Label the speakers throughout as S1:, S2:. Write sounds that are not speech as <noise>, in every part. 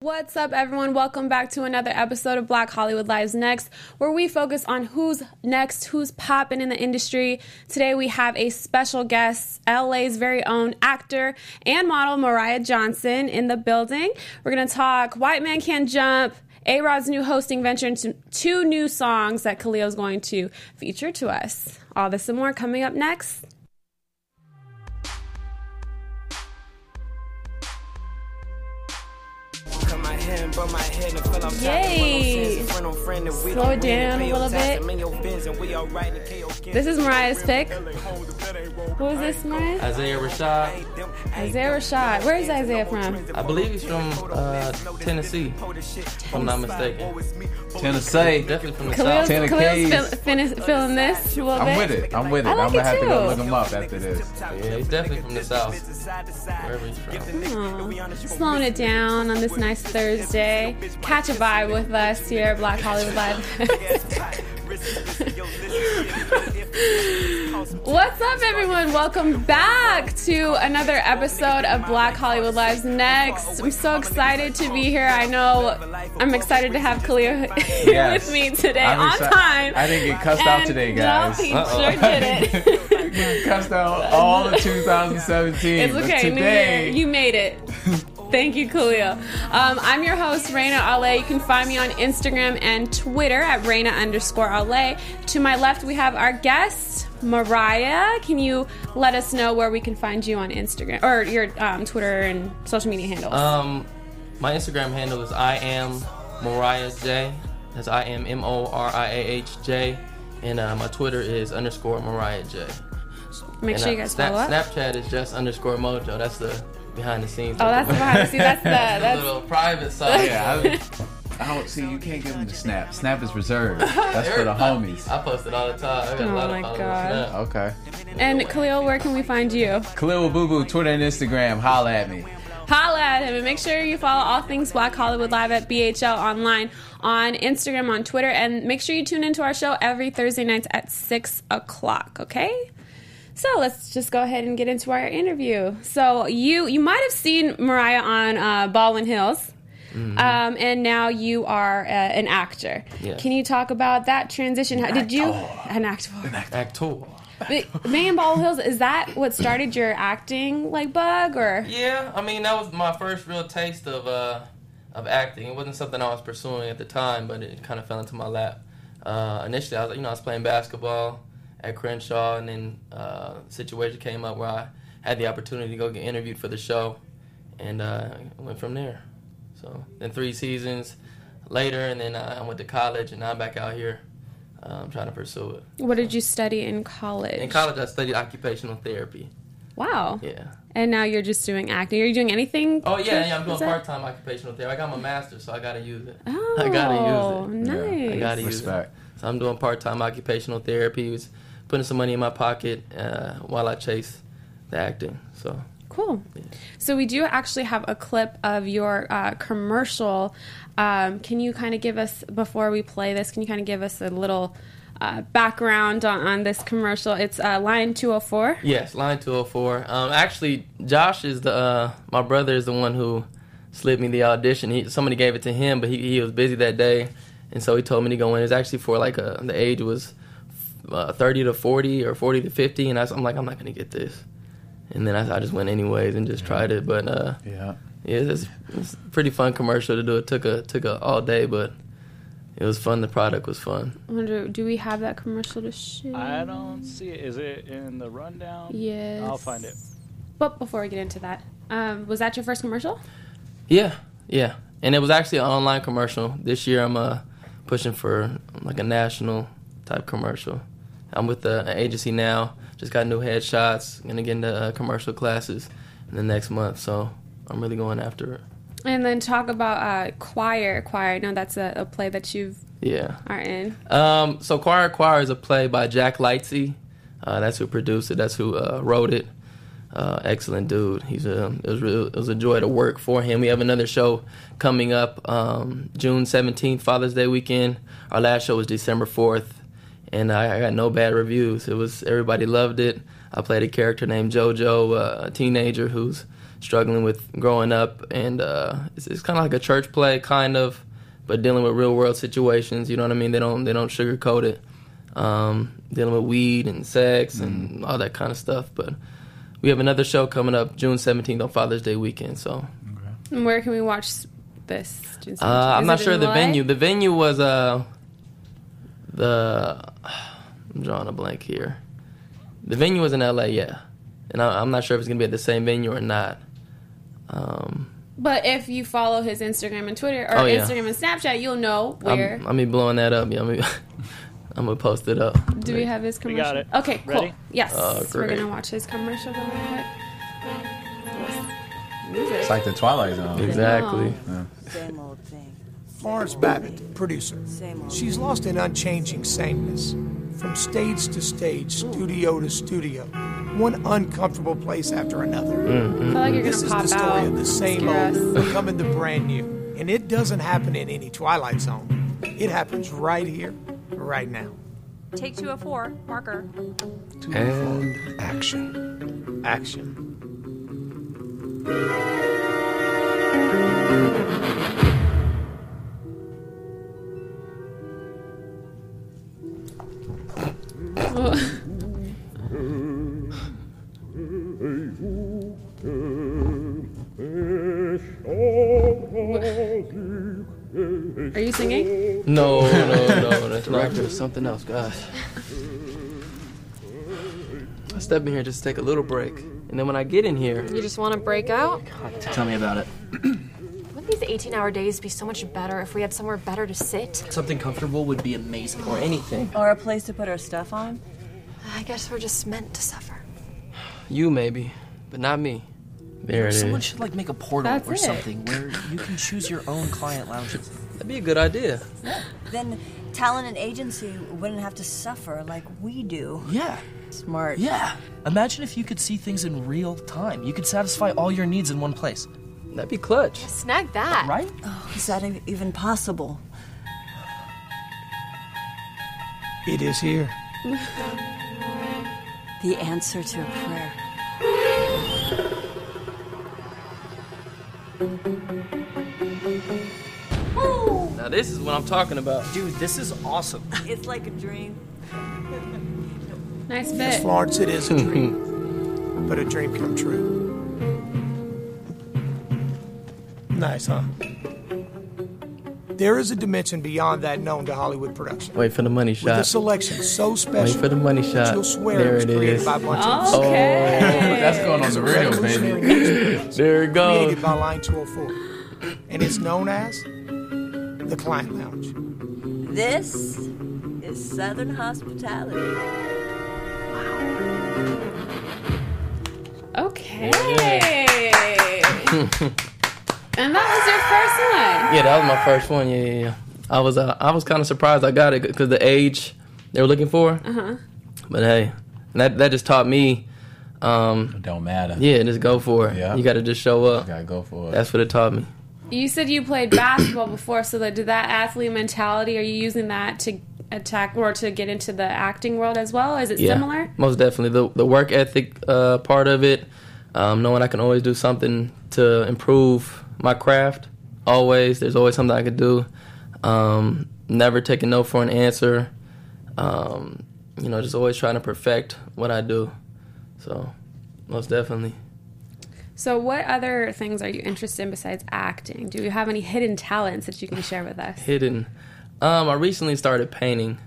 S1: What's up, everyone? Welcome back to another episode of Black Hollywood Lives Next, where we focus on who's next, who's popping in the industry. Today, we have a special guest, LA's very own actor and model Mariah Johnson in the building. We're going to talk White Man Can't Jump. A Rod's new hosting venture into two new songs that Khalil is going to feature to us. All this and more coming up next.
S2: Cut my hand, burn my head, and fell off
S1: Yay. Slow it down a little bit.
S2: bit.
S1: This is Mariah's pick. Who is this, Mariah?
S3: Isaiah Rashad.
S1: Isaiah Rashad. Where is Isaiah from?
S3: I believe he's from uh, Tennessee, if I'm not mistaken.
S4: Tennessee.
S3: Definitely from the
S1: Khalil's,
S3: South.
S4: Tanner
S1: Khalil's
S4: K's.
S1: feel, finish, feeling this a little
S4: I'm
S1: bit.
S4: with it. I'm with it.
S1: I like
S4: I'm
S1: it
S4: gonna have to go
S1: too.
S4: look him up after this.
S3: Yeah, he's definitely from the South. Wherever he's from.
S1: Aw, Slowing it down on this nice Thursday. Catch a vibe with us here at Black Hollywood Live. <laughs> What's up, everyone? Welcome back to another episode of Black Hollywood Lives Next. I'm so excited to be here. I know I'm excited to have Kalia <laughs> here
S4: Yes.
S1: with me today
S4: I'm
S1: on
S4: exci-
S1: time.
S4: I didn't get cussed out
S1: And
S4: today,
S1: no,
S4: guys. Uh-uh.
S1: he
S3: Uh-oh.
S1: sure did it.
S4: <laughs>
S1: <laughs>
S4: cussed out all of 2017.
S1: It's
S4: but
S1: okay. New Year.
S4: Today,
S1: You made <laughs> it. Thank you, Khalil. Um, I'm your host, Raina Ale. You can find me on Instagram and Twitter at Raina underscore Ale. To my left, we have our guest, Mariah. Can you let us know where we can find you on Instagram or your um, Twitter and social media handles?
S3: Um, my Instagram handle is I am Mariah J. That's I am M O R I A H J. And uh, my Twitter is underscore Mariah J.
S1: Make
S3: And
S1: sure
S3: uh,
S1: you guys
S3: Snap-
S1: follow up.
S3: Snapchat is just underscore Mojo. That's the behind the scenes.
S1: Oh, that's the behind the scenes. That's the
S3: the
S1: that's.
S3: <laughs> little private side.
S1: <laughs>
S3: <laughs>
S4: yeah. I, I don't see. You can't give him the snap. Snap
S1: <laughs>
S4: is reserved. That's for the homies.
S3: I post it all the time. I got
S1: Oh
S3: a lot
S1: my
S3: of followers.
S1: God.
S3: now.
S4: Okay.
S1: And Khalil, where can we find you?
S4: Khalil Boo Boo, Twitter and Instagram. Holla at me.
S1: holla at him and make sure you follow all things Black Hollywood Live at BHL online on Instagram, on Twitter, and make sure you tune into our show every Thursday nights at six o'clock. Okay. So let's just go ahead and get into our interview. So you you might have seen Mariah on uh, Baldwin Hills, um, and now you are uh, an actor.
S3: Yes.
S1: Can you talk about that transition? How, did you an actor?
S3: Actor.
S1: But Man, Baldwin Hills is that what started your acting like bug or?
S3: Yeah, I mean that was my first real taste of uh, of acting. It wasn't something I was pursuing at the time, but it kind of fell into my lap. Uh, initially, I was you know I was playing basketball at Crenshaw, and then uh, a situation came up where I had the opportunity to go get interviewed for the show, and uh, I went from there. So then three seasons later, and then I went to college, and now I'm back out here um, trying to pursue it.
S1: What did you study in college?
S3: In college, I studied occupational therapy.
S1: Wow.
S3: Yeah.
S1: And now you're just doing acting. Are you doing anything?
S3: Oh yeah,
S1: to-
S3: yeah I'm doing
S1: is that-
S3: part time occupational therapy. I got my master's, so I gotta use it.
S1: Oh,
S3: I gotta use it.
S1: Nice.
S3: I gotta use
S4: Respect.
S3: it. So I'm doing part time occupational therapy. Was putting some money in my pocket uh, while I chase the acting. So
S1: Cool. So we do actually have a clip of your uh, commercial. Um, can you kind of give us before we play this? Can you kind of give us a little uh, background on, on this commercial? It's uh, Lion Two Hundred Four.
S3: yes, line 204. Um, actually, Josh is the uh, my brother is the one who slid me the audition. He, somebody gave it to him, but he, he was busy that day, and so he told me to go in. It's actually for like a, the age was uh, 30 to 40 or 40 to 50, and I, was- I'm like I'm not gonna get this. And then I, I just went anyways and just tried it, but uh,
S4: Yeah.
S3: Yeah, it's, it's a pretty fun commercial to do. It took a took a all day, but it was fun. The product was fun.
S1: I wonder, do we have that commercial to show?
S5: I don't see it. Is it in the rundown?
S1: Yes.
S5: I'll find it.
S1: But before we get into that, um, was that your first commercial?
S3: Yeah, yeah. And it was actually an online commercial. This year, I'm uh, pushing for like a national type commercial. I'm with uh, an agency now. Just got new headshots. Gonna get into uh, commercial classes in the next month. So I'm really going after it.
S1: And then talk about uh, choir. Choir. I know that's a, a play that you
S3: Yeah.
S1: are in.
S3: Um, so Choir Choir is a play by Jack Lightsey. Uh, that's who produced it. That's who uh, wrote it. Uh, excellent dude. He's a it was, real, it was a joy to work for him. We have another show coming up um, June seventeenth, Father's Day weekend. Our last show was December fourth, and I, I got no bad reviews. It was everybody loved it. I played a character named JoJo, uh, a teenager who's struggling with growing up, and uh, it's, it's kind of like a church play, kind of, but dealing with real world situations. You know what I mean? They don't they don't sugarcoat it. Um, dealing with weed and sex and all that kind of stuff. But we have another show coming up June seventeenth on Father's Day weekend. So
S1: And where can we watch this?
S3: uh, I'm
S1: Is
S3: not
S1: it
S3: sure
S1: in
S3: the
S1: LA?
S3: venue. The venue was uh the I'm drawing a blank here. The venue was in LA, yeah, and I, I'm not sure if it's gonna be at the same venue or not. Um,
S1: But if you follow his Instagram and Twitter, or
S3: Oh, yeah.
S1: Instagram and Snapchat, you'll know
S3: I'm,
S1: where.
S3: I'm be blowing that up. Yeah, I'm, gonna- <laughs> I'm gonna post it up.
S1: Do we have his
S5: We
S1: commercial?
S5: got it.
S1: Okay, cool.
S5: Ready?
S1: Yes,
S3: Oh,
S1: we're
S3: great.
S1: gonna watch his commercial real quick.
S4: It's like the Twilight Zone.
S3: exactly?
S1: Oh.
S6: Same old thing.
S7: Florence Babbitt, producer.
S6: Same old.
S7: She's lost in unchanging sameness. From stage to stage, studio to studio, one uncomfortable place after another.
S1: I feel like you're
S7: This
S1: Mm. gonna
S7: is
S1: pop
S7: the story
S1: out.
S7: of the same
S1: Scare
S7: old becoming the brand new. And it doesn't happen in any Twilight Zone. It happens right here, right now.
S8: Take two of four, marker.
S7: And action. Action.
S1: us. Are you singing?
S3: No, <laughs> no, no. That's not there's something else, gosh. I step in here just to take a little break, and then when I get in here,
S9: You just want to break out?
S3: tell me about it.
S9: Wouldn't these 18 hour days be so much better if we had somewhere better to sit?
S3: Something comfortable would be amazing, or anything.
S6: Or a place to put our stuff on?
S9: I guess we're just meant to suffer.
S3: You maybe, but not me. There it
S10: Someone
S3: is.
S10: should like make a portal
S1: That's
S10: or
S1: it.
S10: something where you can choose your own client lounges.
S3: That'd be a good idea.
S6: Then talent and agency wouldn't have to suffer like we do.
S10: Yeah,
S6: Smart.
S10: yeah. Imagine if you could see things in real time. You could satisfy all your needs in one place,
S3: That'd be clutch.
S9: Snag that.
S10: right?
S6: Is that e- even possible?
S7: It is here.
S6: The answer to a prayer.
S3: Now this is what I'm talking about.
S10: Dude, this is awesome.
S6: <laughs> It's like a dream.
S1: Nice bit.
S7: Florence, it is a
S3: Hmm.
S7: dream, but a dream come true. Nice, huh? There is a dimension beyond that known to Hollywood production.
S3: Wait for the money
S7: With a
S3: shot.
S7: selection so
S3: Wait
S7: special
S3: for the money
S7: that
S3: shot.
S7: you'll swear
S3: There
S7: it was
S3: it
S7: created
S3: is.
S7: by a bunch of
S1: Oh.
S7: us.
S1: Okay.
S4: That's going on the real, baby.
S7: Revolutionary
S3: There it goes.
S7: created by Line 204. And it's known as the Client Lounge.
S6: This is Southern hospitality.
S1: Okay. and that was your first one.
S3: Yeah, that was my first one. Yeah, yeah, yeah. I was uh, I was kind of surprised I got it because the age they were looking for. Uh-huh. But hey, that that just taught me. Um,
S4: It don't matter.
S3: yeah, just go for it.
S4: Yeah.
S3: You got to just show up.
S4: Gotta go for it.
S3: That's what it taught me.
S1: You said you played basketball before, so that, did that athlete mentality, are you using that to attack or to get into the acting world as well? Is it
S3: Yeah,
S1: similar?
S3: most definitely the the work ethic uh, part of it. Um, knowing I can always do something to improve my craft. Always, there's always something I could do. Um, never taking no for an answer. Um, you know, just always trying to perfect what I do. So, most definitely.
S1: So, what other things are you interested in besides acting? Do you have any hidden talents that you can share with us?
S3: hidden. Um, I recently started painting.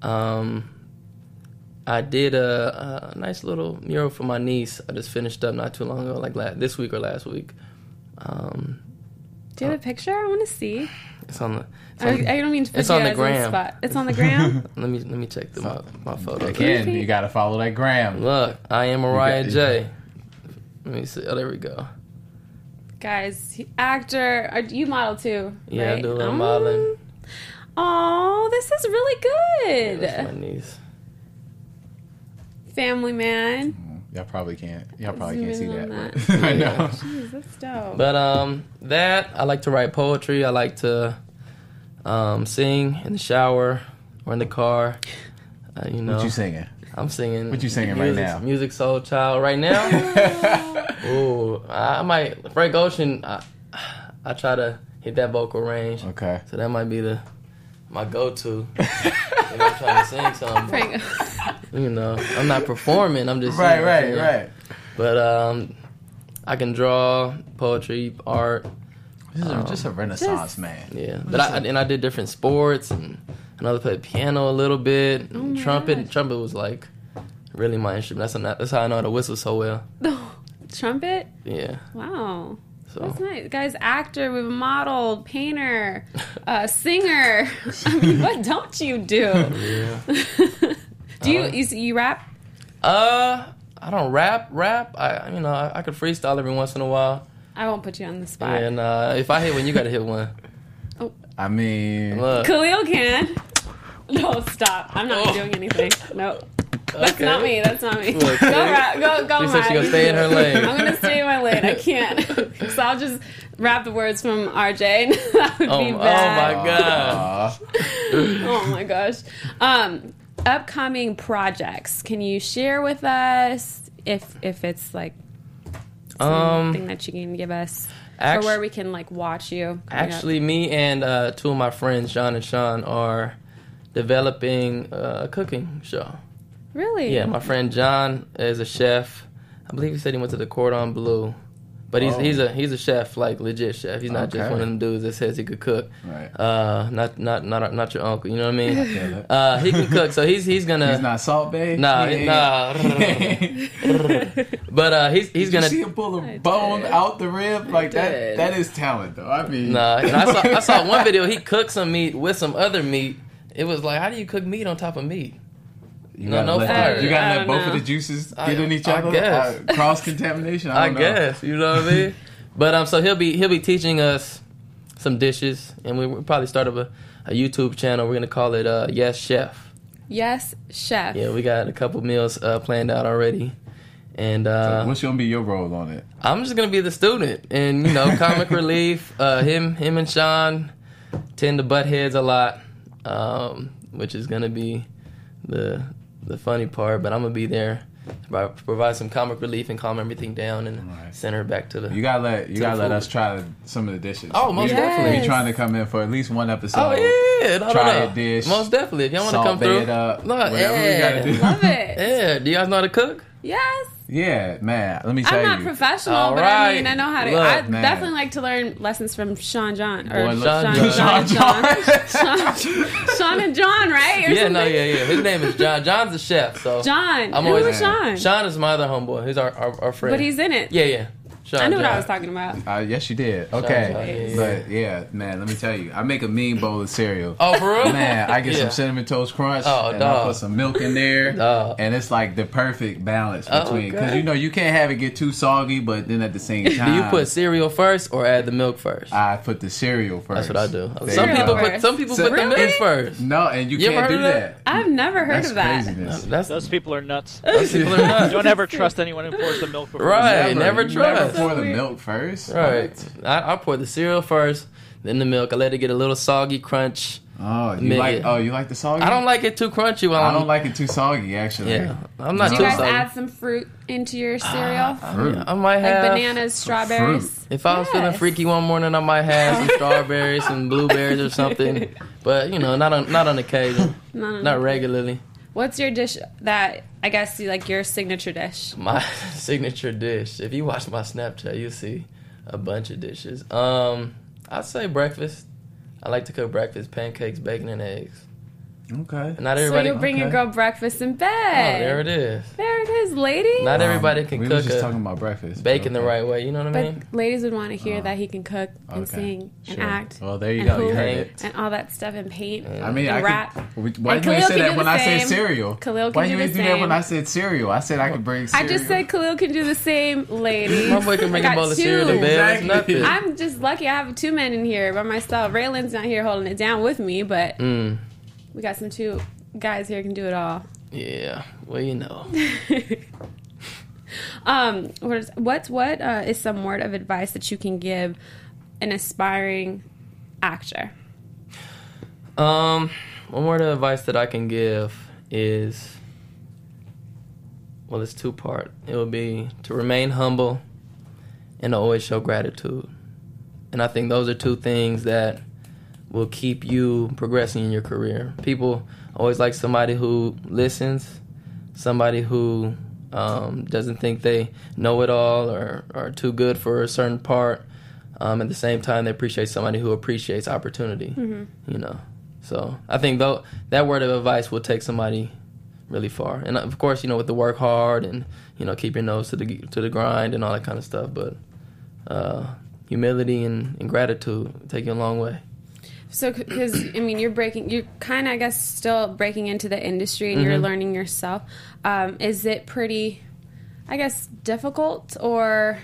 S3: Um, I did a, a nice little mural for my niece. I just finished up not too long ago, like la this week or last week. Um,
S1: Do you have a picture? I want to see.
S3: it's on the. It's
S1: I,
S3: on,
S1: I don't mean to put
S3: It's
S1: you
S3: on the
S1: guys
S3: gram.
S1: on the spot. It's on the gram.
S3: <laughs> let me let me check the, my my photo.
S4: Again, you gotta follow that gram.
S3: Look, I am Mariah
S4: got-
S3: J. Let me see. Oh, there we go.
S1: guys, he- actor, are, you model too.
S3: Yeah, I
S1: right?
S3: do a little modeling.
S1: Oh, this is really good.
S3: That's my niece.
S1: Family man.
S4: Y'all probably can't. Y'all probably
S1: Zoom
S4: can't see
S1: in on
S4: that. but- <laughs> I know.
S1: Jeez, that's dope.
S3: But um, that I like to write poetry. I like to um, sing in the shower or in the car. Uh, you know,
S4: What you singing?
S3: I'm singing.
S4: What you singing right
S3: music,
S4: now? <laughs>
S3: Music Soul Child right now. Ooh, I might Frank Ocean. I, I try to hit that vocal range.
S4: Okay.
S3: So that might be the my
S4: <laughs>
S3: go-to. if I'm trying to sing
S1: <laughs>
S3: something.
S1: Frank. <laughs>
S3: You know, I'm not performing. I'm just
S4: Right,
S3: singing,
S4: right,
S3: you know.
S4: right.
S3: But um, I can draw poetry, art.
S4: This
S3: Oh.
S4: is a- just a renaissance man.
S3: Yeah, but I, and I did different sports and another played piano a little bit, and
S1: Oh my
S3: trumpet.
S1: gosh.
S3: Trumpet was like really my instrument. That's not, that's how I know how to whistle so well.
S1: Trumpet?
S3: Yeah,
S1: Wow.
S3: so
S1: That's nice. Guys, actor, we have a model, painter, uh, singer. <laughs> I mean, what don't you <laughs> do?
S3: yeah.
S1: Do
S3: Uh-huh.
S1: you, you you rap?
S3: Uh, I don't rap. Rap, I you know I, I could freestyle every once in a while.
S1: I won't put you on the spot.
S3: And uh, if I hit one, you gotta
S1: <laughs>
S3: hit one.
S4: I mean,
S3: Look,
S1: Khalil can. No, stop. I'm not doing anything. Nope. That's
S3: Oh. okay.
S1: not me. That's not me.
S3: Okay.
S1: Go rap. Go go.
S3: She said she
S1: Maya.
S3: gonna stay in her lane.
S1: I'm gonna stay in my lane. I
S3: <laughs>
S1: can't. so I'll just rap the words from RJ. <laughs> that would
S3: Oh,
S1: be
S3: oh
S1: bad.
S3: my god.
S4: aw.
S1: Oh my gosh. Um, upcoming projects. Can you share with us if if it's like something that you can give us or
S3: Um, Actu-
S1: where we can like watch you? coming up?
S3: actually, me and uh, two of my friends, John and Sean, are developing a cooking show.
S1: really?
S3: Yeah,
S1: <laughs>
S3: my friend John is a chef. I believe he said he went to the Cordon Bleu, but he's
S4: Oh.
S3: he's a he's a chef, like legit chef. He's not just
S4: Okay.
S3: one of them dudes that says he could cook.
S4: Right.
S3: Uh, not not not not your uncle. You know what I
S1: <laughs>
S3: mean?
S4: Yeah, look.
S3: uh, he can cook, so he's he's gonna.
S4: <laughs> he's not Salt Bay.
S3: Nah,
S4: He ain't-
S3: nah.
S4: <laughs>
S3: <laughs> but uh, he's he's
S4: Did
S3: gonna.
S4: you see him pull a bone out the rib like that?
S1: did.
S4: That is talent, though. I mean,
S3: Nah, and I saw, I
S4: <laughs>
S3: saw one video. He cooked some meat with some other meat. It was like, how do you cook meat on top of meat?
S4: You
S3: No,
S4: gotta
S3: no
S4: let,
S3: fire.
S4: the- you gotta
S1: I
S4: let
S1: don't
S4: both
S1: know.
S4: of the juices
S3: I-
S4: get in each
S3: I
S4: other.
S3: guess.
S4: cross contamination. I,
S3: I
S4: don't know.
S3: guess you know what I
S4: <laughs>
S3: mean. But um, so he'll be he'll be teaching us some dishes, and we will probably start up a, a YouTube channel. We're gonna call it uh, Yes Chef.
S1: Yes, chef.
S3: Yeah, we got a couple meals uh, planned out already, and uh,
S4: What's gonna be your role on it?
S3: I'm just gonna be the student, and you know,
S4: <laughs>
S3: comic relief. Uh, him, him, and Sean tend to butt heads a lot, um, which is gonna be the the funny part. But I'm gonna be there, to pro- provide some comic relief and calm everything down, and
S4: Right.
S3: send her back to the.
S4: You gotta let you
S3: To the
S4: gotta let
S3: food.
S4: us try some of the dishes.
S3: Oh, most
S4: we,
S3: definitely.
S4: We trying to come in for at least one episode.
S3: Oh yeah, no, no,
S4: Try
S3: no.
S4: a dish.
S3: Most definitely, if y'all want to
S4: Salt
S3: come through,
S4: Bay it up,
S3: look,
S4: whatever we
S3: yeah,
S4: gotta do.
S1: Love it.
S3: <laughs> yeah. Do you guys know how to cook?
S1: yes.
S4: Yeah, man. Let me tell
S1: I'm not
S4: you.
S1: professional,
S3: All
S1: but I mean, I
S3: right.
S1: know how to.
S3: Look,
S1: I
S4: man.
S1: definitely like to learn lessons from Sean John or
S4: Boy,
S3: Sean
S1: Sean,
S3: John.
S1: Sean,
S4: Sean
S1: John. Sean, Sean and John, right? Or
S3: yeah, no,
S1: something?
S3: yeah, yeah. His name is John. John's the chef, so
S1: John.
S3: I'm
S1: Who
S3: always
S1: was Sean?
S3: Sean is my other homeboy. He's our our, our friend.
S1: But he's in it.
S3: Yeah, yeah. Sean
S1: I knew what
S3: John.
S1: I was talking about.
S4: Uh, yes, you did. Okay,
S3: Sorry.
S4: but yeah, man. Let me tell you, I make a mean bowl of cereal.
S3: Oh, for real?
S4: Man, I get
S3: Yeah.
S4: some cinnamon toast crunch,
S3: Oh,
S4: and I
S3: dog.
S4: put some milk in there,
S3: Dog.
S4: and it's like the perfect balance
S3: Oh,
S4: between because
S3: okay.
S4: you know you can't have it get too soggy, but then at the same time,
S3: Do <laughs> you put cereal first or add the milk first?
S4: I put the cereal first.
S3: That's what I do.
S4: There
S3: Some
S4: you
S3: people
S4: go.
S3: put some people
S4: So-
S3: put the milk
S4: Really?
S3: first.
S4: no, and you,
S3: You ever
S4: can't
S3: heard
S4: do
S3: of
S4: that.
S3: that?
S1: I've never heard
S4: That's
S1: of that.
S4: craziness.
S3: That's
S5: Those people
S3: <laughs>
S5: are nuts.
S3: those people are
S5: <laughs>
S3: nuts.
S5: Don't ever trust anyone who pours the milk before.
S3: Right.
S5: you-
S3: Hey, never
S4: you
S3: trust.
S4: Never
S3: That's
S4: pour the
S1: weird.
S4: milk first.
S3: Right. I, I pour the cereal first, then the milk. I let it get a little soggy crunch.
S4: Oh, you
S3: Nigga.
S4: like? Oh, you like the soggy?
S3: I don't like it too crunchy while
S4: I
S3: I'm
S4: don't like it too soggy. Actually,
S3: Yeah. I'm not
S1: Do you
S3: too
S1: guys
S3: soggy.
S1: add some fruit into
S3: Uh,
S1: your cereal?
S4: Fruit.
S3: I might
S1: like
S3: have
S1: bananas, strawberries?
S3: If I was feeling
S1: Yes.
S3: freaky one morning, I might have some strawberries, some blueberries,
S1: <laughs>
S3: or something. But you know, not on not on occasion,
S1: No, no, no.
S3: not regularly.
S1: What's your dish that I guess you like your signature dish?
S3: My <laughs> signature dish. If you watch my Snapchat, you'll see a bunch of dishes. Um, I'd say breakfast. I like to cook breakfast: pancakes, bacon, and eggs.
S4: Okay.
S3: Not
S1: So
S3: everybody.
S1: you bring your
S4: okay.
S1: girl breakfast in
S3: oh,
S1: bed.
S3: there it is.
S1: There it is, lady.
S3: Not everybody can
S4: Um, we
S3: cook
S4: was just
S3: a
S4: talking about breakfast.
S3: bacon the
S4: Okay.
S3: right way. You know what I
S1: but
S3: mean?
S1: ladies would want to
S3: Oh.
S1: hear that he can cook and
S4: okay.
S1: sing and
S4: Sure.
S1: act.
S4: Well, there you
S1: and
S4: go. You
S1: hoop
S4: heard it.
S1: And all that stuff and paint.
S4: I mean,
S1: and
S4: I
S1: rap.
S4: could. we- Why
S1: And
S4: you
S1: Khalil
S4: ain't say
S1: can do
S4: that when
S1: the
S4: I said
S1: same.
S4: cereal?
S1: Khalil
S4: Why
S1: can
S4: you
S1: do
S4: ain't
S1: the
S4: do that
S1: same.
S4: when I said cereal? I said I could bring
S1: I
S4: cereal.
S1: just said Khalil can do the same, ladies.
S3: My boy can bring
S1: I
S3: a
S1: got
S3: bowl of
S1: two.
S3: cereal to bed. It's
S4: Exactly.
S3: nothing.
S1: I'm just lucky I have two men in here by myself. Raylan's not here holding it down with me, but
S3: Mm.
S1: we got some two guys here can do it all.
S3: yeah. Well, you know.
S1: Um, what is, what what uh, is some word of advice that you can give an aspiring actor?
S3: Um, one word of advice that I can give is well, it's two part. It would be to remain humble and to always show gratitude. And I think those are two things that will keep you progressing in your career. People always like somebody who listens, somebody who um, doesn't think they know it all or are too good for a certain part. Um, at the same time, they appreciate somebody who appreciates opportunity.
S11: Mhm.
S3: You know, so I think though that word of advice will take somebody really far. And of course, you know, with the work hard and you know keep your nose to the to the grind and all that kind of stuff. But uh, humility and, and gratitude take you a long way.
S1: So, because I mean, you're breaking, you're kind of, I guess, still breaking into the industry, and you're
S3: Mhm.
S1: learning yourself. Um, is it pretty, I guess, difficult, or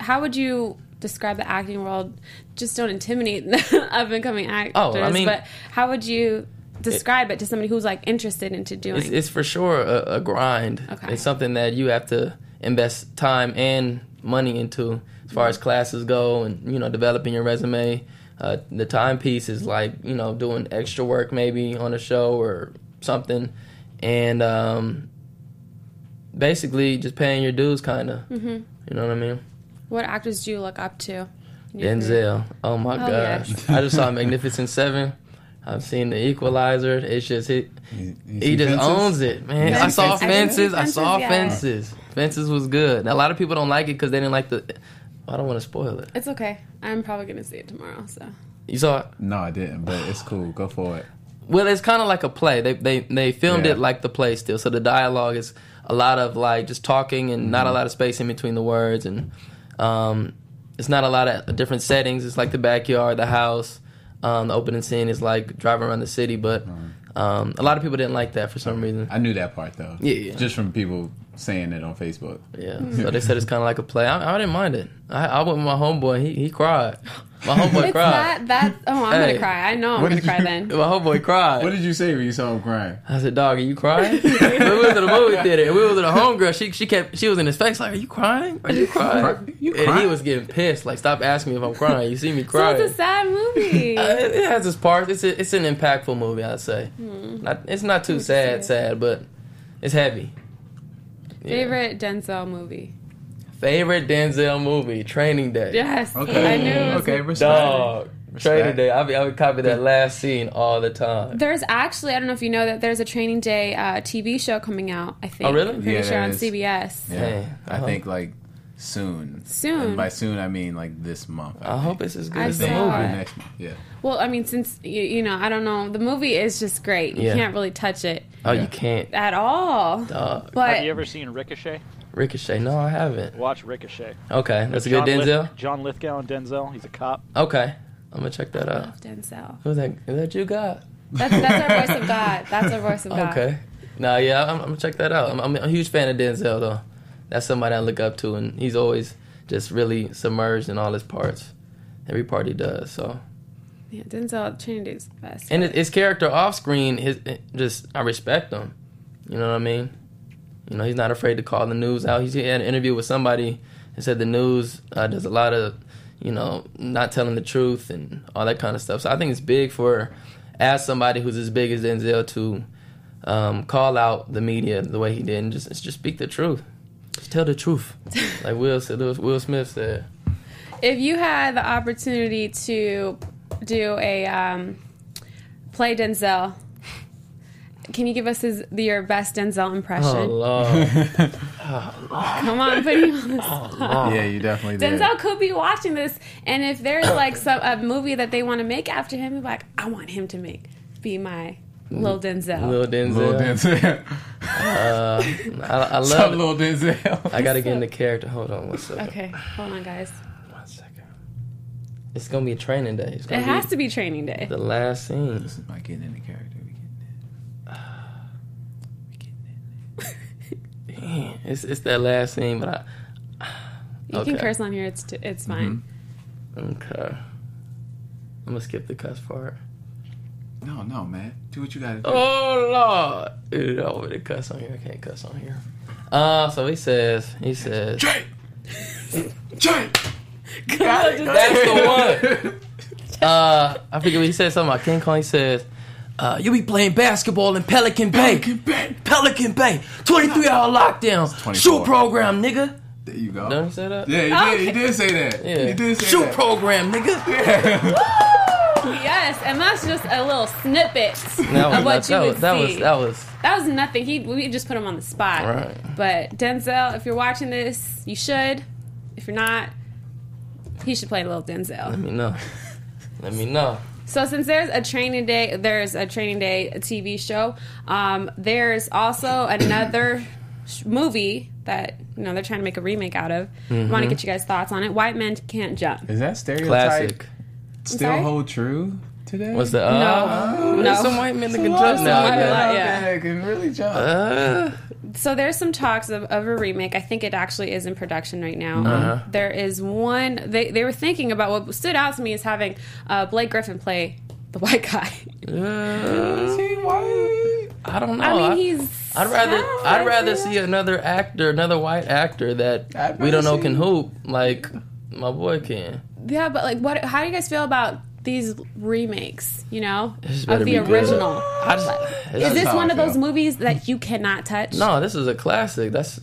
S1: how would you describe the acting world? Just don't intimidate <laughs> the up and coming actors,
S3: Oh, mean-
S1: but how would you describe it, to somebody who's like interested into doing?
S3: It's, it's for sure a, a grind.
S1: Okay.
S3: It's something that you have to invest time and money into as far as classes go and, you know, developing your resume. Uh, the time piece is like, you know, doing extra work maybe on a show or something. And um, basically just paying your dues, kind of.
S1: Mhm.
S3: You know what I mean?
S1: What actors do you look up to? in your career?
S3: Denzel. Oh my
S1: Oh,
S3: gosh.
S1: yes.
S3: I just saw Magnificent Seven. I've seen The Equalizer. It's just he. he
S4: see
S3: just
S4: Fences?
S3: owns it, man.
S4: You
S3: I
S4: see
S3: saw
S4: Fences?
S3: fences. I saw
S1: Yeah.
S3: fences. Fences was good. Now, a lot of people don't like it because they didn't like the. I don't want to spoil it.
S1: It's okay. I'm probably gonna see it tomorrow. So
S3: You saw it?
S4: No, I didn't, but it's cool. Go for it.
S3: Well, it's kind of like a play. They they they filmed
S4: Yeah.
S3: it like the play still. So the dialogue is a lot of like just talking and not a lot of space in between the words, and um, it's not a lot of different settings. It's like the backyard, the house. Um, the opening scene is like driving around the city, but um, a lot of people didn't like that for some reason.
S4: I knew that part though.
S3: Yeah, yeah.
S4: Just from people saying it on Facebook.
S3: Yeah.
S1: Mm.
S3: So they said it's kind of like a play. I, I didn't mind it. I, I went with my homeboy. He he cried. My homeboy
S1: it's that
S3: cried.
S1: that. Oh, I'm
S3: Hey.
S1: gonna cry. I know I'm
S3: What
S1: gonna
S3: did
S1: cry
S3: you-
S1: then.
S3: <laughs> My homeboy cried.
S4: What did you say when you saw him crying?
S3: I said, "Dog, are you
S1: <laughs>
S3: crying?" we went to the movie theater. and We was at a homegirl. She she kept she was in his face like, "Are you crying? Are you crying?"
S4: You
S3: and he was getting pissed. Like, stop asking me if I'm crying. You see me
S1: <laughs> So
S3: crying.
S1: it's a sad
S3: <laughs>
S1: movie.
S3: Uh, it, it has its parts. It's a, it's an impactful movie. I'd say.
S1: Hmm.
S3: Not, it's not too sad, sad, but it's heavy. Yeah.
S1: Favorite Denzel movie?
S3: Favorite Denzel movie, Training Day.
S1: Yes, Okay. I knew it was- Okay, respect.
S3: Dog, Training Day. I, be, I would copy that last scene all the time.
S1: There's actually I don't know if you know that there's a Training Day uh, TV show coming out. I think.
S3: Oh, really?
S1: I'm pretty
S4: Yeah,
S1: sure
S4: there
S1: on
S4: is.
S1: CBS.
S4: Yeah. I
S3: uh-huh.
S4: think like soon.
S1: Soon.
S4: And by soon I mean like this month. I,
S3: hope it's as
S1: good I as the saw movie. it.
S4: next month. Yeah.
S1: Well, I mean, since you, you know, I don't know, the movie is just great. You
S3: Yeah.
S1: can't really touch it
S3: Oh, you can't.
S1: at all.
S3: Dog.
S1: But
S5: Have you ever seen Ricochet?
S3: Ricochet. No, I haven't.
S5: Watch Ricochet.
S3: Okay, that's a good
S5: John Lith-
S3: Denzel.
S5: John Lithgow and Denzel. He's a cop.
S3: Okay, I'm gonna check that out.
S1: love Denzel.
S3: Who's that? Is that you got?
S1: That's, that's our voice of God. That's our voice of God.
S3: Okay. Nah, yeah, I'm, I'm gonna check that out. I'm, I'm a huge fan of Denzel though. That's somebody I look up to, and he's always just really submerged in all his parts, every part he does. So,
S1: Yeah, Denzel Training Day is the best.
S3: and his- his character off screen, his it- just I respect him. You know what I mean? You know, he's not afraid to call the news out. He's, he had an interview with somebody and said the news uh, does a lot of, you know, not telling the truth and all that kind of stuff. So I think it's big for, as somebody who's as big as Denzel, to um, call out the media the way he did and just just speak the truth. Just tell the truth, like Will said. Will Smith said.
S1: If you had the opportunity to do a um, play Denzel, can you give us his, your best Denzel impression?
S3: Oh Lord.
S1: Come on, put him
S3: <laughs>
S1: on the
S3: Oh, Uh-huh.
S1: spot.
S4: Yeah, you definitely did.
S1: Denzel could be watching this, and if there's like some a movie that they want to make after him, he'd be like, I want him to make be my little Denzel.
S3: Little Denzel.
S4: Lil Denzel.
S3: <laughs> Uh, I, I
S4: What's
S3: love.
S4: up, Lil Denzel? <laughs>
S3: I gotta get into character. Hold on one second.
S1: Okay, hold on, guys.
S3: It's gonna be a training day. It's
S1: It
S3: gonna be
S1: has to be Training Day.
S3: the last scene.
S4: This is my getting into character. We getting
S3: Damn, it's it's that last scene, but I
S1: You
S3: okay.
S1: can curse on here. It's t- it's fine.
S3: okay. I'm gonna skip the cuss part.
S4: No, no, man. Do what you gotta do.
S3: Oh lord, Dude, I want me to cuss on here. I can't cuss on here. Uh, so he says, he
S4: <laughs>
S3: says, <laughs> that's the
S4: <laughs>
S3: one. Uh, I forget what he said. Something about King Kong. He says, uh, "You be playing basketball in Pelican Bay, Pelican Bay, 23 hour lockdown,
S4: 24.
S3: shoot program, nigga."
S4: There you go.
S3: Don't he say that?
S4: Yeah, he,
S1: Oh,
S4: did, he did say that.
S3: Yeah.
S4: He did say
S3: Shoot
S4: that.
S3: program, nigga. Mm-hmm.
S1: Yes, and that's just a little snippet
S3: That was,
S1: of what
S3: nuts.
S1: you
S3: that,
S1: would
S3: was, that
S1: see.
S3: was that was
S1: That was nothing. He we just put him on the spot.
S3: Right.
S1: But Denzel, if you're watching this, you should. If you're not, he should play little
S3: let
S1: Denzel.
S3: me know. Let me
S4: <laughs>
S3: know.
S1: So since there's a training day, there's a training day TV show. Um, there's also another sh- movie that you know they're trying to make a remake out of. I
S3: Mm-hmm.
S1: want to get you guys thoughts on it. White men can't jump.
S4: <laughs> Is that stereotype
S3: Classic.
S4: still
S1: sorry?
S4: hold true today? Oh,
S3: What's the uh,
S1: no,
S3: There's some
S1: no.
S3: white men that can jump now.
S1: white
S3: I
S1: men.
S3: guess.
S1: yeah.
S4: Yeah, it can really jump.
S3: Uh,
S1: So there's some talks of, of a remake. I think it actually is in production right now. Um,
S3: Uh-huh.
S1: there is one. They they were thinking about what stood out to me is having uh, Blake Griffin play the white guy. <laughs>
S3: uh,
S4: See, why?
S3: I don't know.
S1: I mean,
S3: I-
S1: he's.
S3: I'd rather
S1: sounds
S3: I'd
S1: like
S3: rather
S1: it.
S3: see another actor, another white actor that
S4: I'd
S3: we don't know
S4: rather
S3: can
S4: see-
S3: hoop like my boy can.
S1: Yeah, but like, what? How do you guys feel about these remakes? You know,
S3: This
S1: of
S3: better
S1: the
S3: be good.
S1: original.
S3: I just,
S1: Is
S3: it's-
S1: this
S4: how I
S1: one of those
S4: feel.
S1: movies that you cannot touch?
S3: no? This is a classic. That's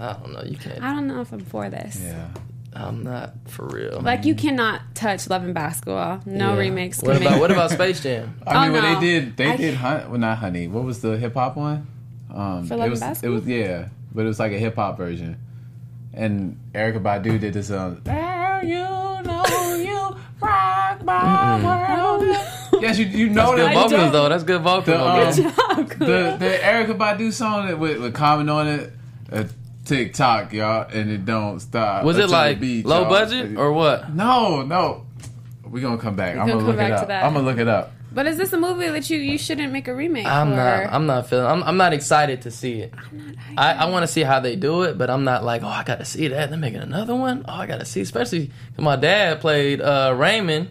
S3: I don't know. You
S1: I
S3: can't.
S1: don't know if I'm for this.
S4: Yeah.
S3: I'm not for real.
S1: Like, you cannot touch Love and Basketball. No
S3: Yeah.
S1: remakes.
S3: What
S1: can
S3: about
S1: make- <laughs>
S3: what about Space Jam?
S4: I mean,
S1: Oh,
S4: well,
S1: no.
S4: they did. They
S1: I-
S4: did. Hun- well, not honey. What was the hip hop one? Um,
S1: For Love
S4: it
S1: and
S4: was.
S1: Basketball?
S4: It was yeah, but it was like a hip hop version. And Erica Badu did this. Um, there you know you rock
S3: <laughs>
S4: my world. Yes, you you know
S3: Good
S4: that.
S1: I don't-
S3: vocals though. That's good vocals.
S4: The,
S3: on
S4: um,
S3: that.
S4: the the Erica Badu song that with, with comment on it. Uh, TikTok, y'all, and it don't stop.
S3: was it
S4: until the
S3: like
S4: beat,
S3: low
S4: y'all.
S3: budget or what?
S4: No, no. We're gonna come back. I'm
S1: gonna
S4: gonna,
S1: come
S4: look
S1: back
S4: it
S1: to
S4: up.
S1: that.
S4: I'm gonna look it up.
S1: But is this a movie that you, you shouldn't make a remake
S3: I'm
S1: for?
S3: not. I'm not feeling. I'm, I'm not excited to see it. I, I want to see how they do it, but I'm not like, oh, I got to see that. They're making another one. Oh, I got to see. Especially 'cause my dad played uh, Raymond.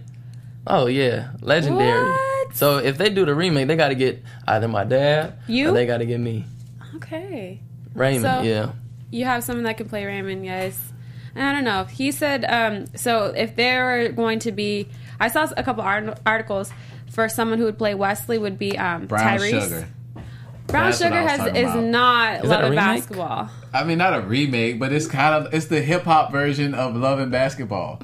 S3: Oh yeah, legendary.
S1: What?
S3: So if they do the remake, they got to get either my dad
S1: You?
S3: or they got to get me
S1: Okay.
S3: Raymond.
S1: So-
S3: yeah,
S1: You have someone that can play Raymond, guys. And I don't know. He said, um, so if there were going to be, I saw a couple art- articles for someone who would play Wesley would be um,
S4: Brown
S1: Tyrese.
S4: sugar.
S1: Brown
S4: That's what
S1: Sugar
S4: I was
S1: has
S4: talking
S1: is
S4: about.
S1: not
S3: that a
S1: Love and
S3: remake?
S1: Basketball.
S4: I mean, not a remake, but it's kind of it's the hip hop version of Love and Basketball.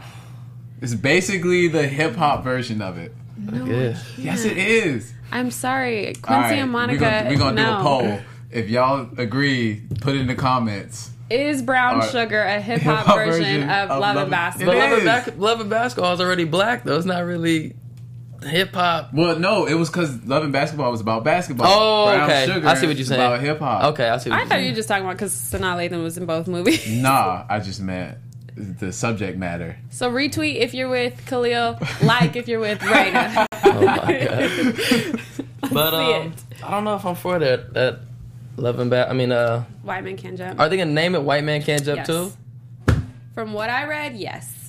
S4: It's basically the hip hop version of it.
S3: yeah.
S4: Yes, it is.
S1: I'm sorry, Quincy
S4: All right,
S1: and Monica.
S4: We're gonna, we're gonna
S1: no.
S4: do a poll. If y'all agree, put it in the comments.
S1: Is Brown
S4: All right.
S1: Sugar
S4: <laughs>
S1: a hip hop
S4: Hip-hop
S1: version,
S4: version
S1: of,
S4: of
S1: Love
S4: Love
S1: and
S4: and-
S1: Basketball?
S3: But
S4: It
S3: love and,
S4: is.
S3: Back- love and basketball is already black though. It's not really hip hop.
S4: Well, no, it was because Love and Basketball was about basketball.
S3: Oh,
S4: Brown
S3: okay.
S4: Sugar
S3: I see what you're
S4: is
S3: saying.
S4: About hip hop.
S3: Okay, I see. What
S1: I
S3: you're
S1: thought
S3: saying.
S1: you were just talking about because Sanaa Lathan was in both movies.
S4: Nah, I just meant the subject matter.
S1: So retweet if you're with Khalil, like if you're with
S3: <laughs>
S1: Raina. <laughs>
S3: Oh my god. but
S1: see
S3: um, I don't know if I'm for that. That love and bad. I mean, uh,
S1: White man can jump.
S3: are they gonna name it White Man Can't Jump
S1: Yes.
S3: too?
S1: From what I read, yes.
S3: <laughs>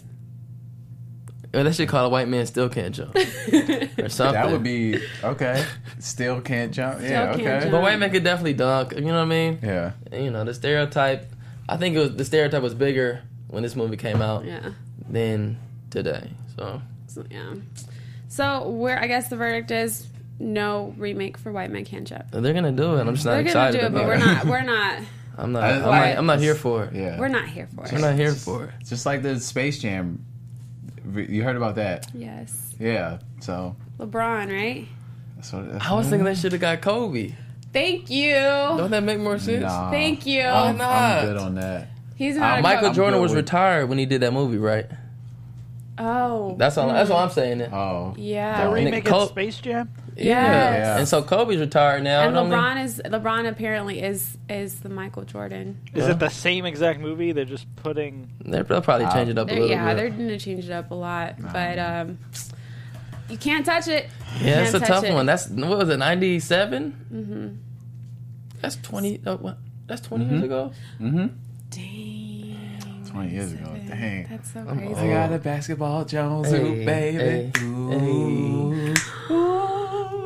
S3: Or they should call it White Man Still Can't Jump
S1: <laughs>
S3: or something.
S4: That would be okay. Still can't jump. yeah,
S1: Still
S4: okay.
S1: can't jump.
S3: But White Man could definitely dunk. You know what I mean?
S4: Yeah.
S3: You know the stereotype. I think it was the stereotype was bigger when this movie came out
S1: Yeah.
S3: than today. So
S1: So, yeah. So where I guess the verdict is no remake for White Man Can't Jump.
S3: they're gonna do it. I'm just not
S1: We're gonna
S3: excited
S1: do it, but
S3: about
S1: we're
S3: it.
S1: not we're
S3: <laughs>
S1: not
S3: I'm not.
S4: I-
S3: I'm,
S4: Right.
S3: not I'm not here for it.
S4: Yeah.
S1: we're not here for
S3: I'm
S1: it.
S3: not here for it.
S4: Just like the Space Jam. You heard about that.
S1: Yes.
S4: Yeah. So
S1: LeBron, right?
S4: that's what that's
S3: I was thinking they should have got Kobe.
S1: Thank you.
S3: Don't that make more sense?
S4: Nah,
S1: Thank you.
S4: I'm,
S3: not?
S4: I'm good on that.
S1: He's not a
S3: Uh, Michael
S1: coach.
S3: Jordan
S4: good
S3: was
S4: with-
S3: retired when he did that movie, right?
S1: Oh.
S3: That's all. That's all I'm saying. Then.
S4: Oh.
S1: yeah.
S4: The
S3: And
S5: Remake
S3: it- Col-
S5: of Space Jam?
S1: Yes.
S4: Yeah.
S3: And so Kobe's retired now.
S1: And
S3: don't we?
S1: LeBron is LeBron apparently is is the Michael Jordan.
S5: Is it the same exact movie? They're just putting.
S3: They're- they'll probably change it up a
S1: They're,
S3: little
S1: Oh. yeah, they're
S3: bit.
S1: gonna change it up a lot, but um, you can't touch it.
S3: Yeah, it's a
S1: can't touch
S3: tough
S1: it.
S3: one. That's what was it? Ninety Mm-hmm. That's twenty. Oh, what? That's 20 years ago.
S1: Dang,
S4: 20 years ago. Dang.
S1: that's so crazy.
S4: I got a basketball Jones,
S3: Hey,
S4: ooh, baby.
S3: hey,
S4: Ooh. Ooh.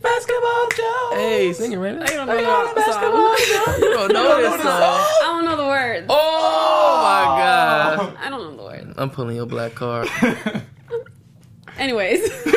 S4: Basketball Jones.
S3: Hey, sing it right now.
S1: I don't know the <laughs> song.
S3: You don't know this song.
S1: I don't know the words.
S3: Oh my god!
S1: I don't know the words.
S3: I'm pulling your black card.
S1: Anyways, <laughs>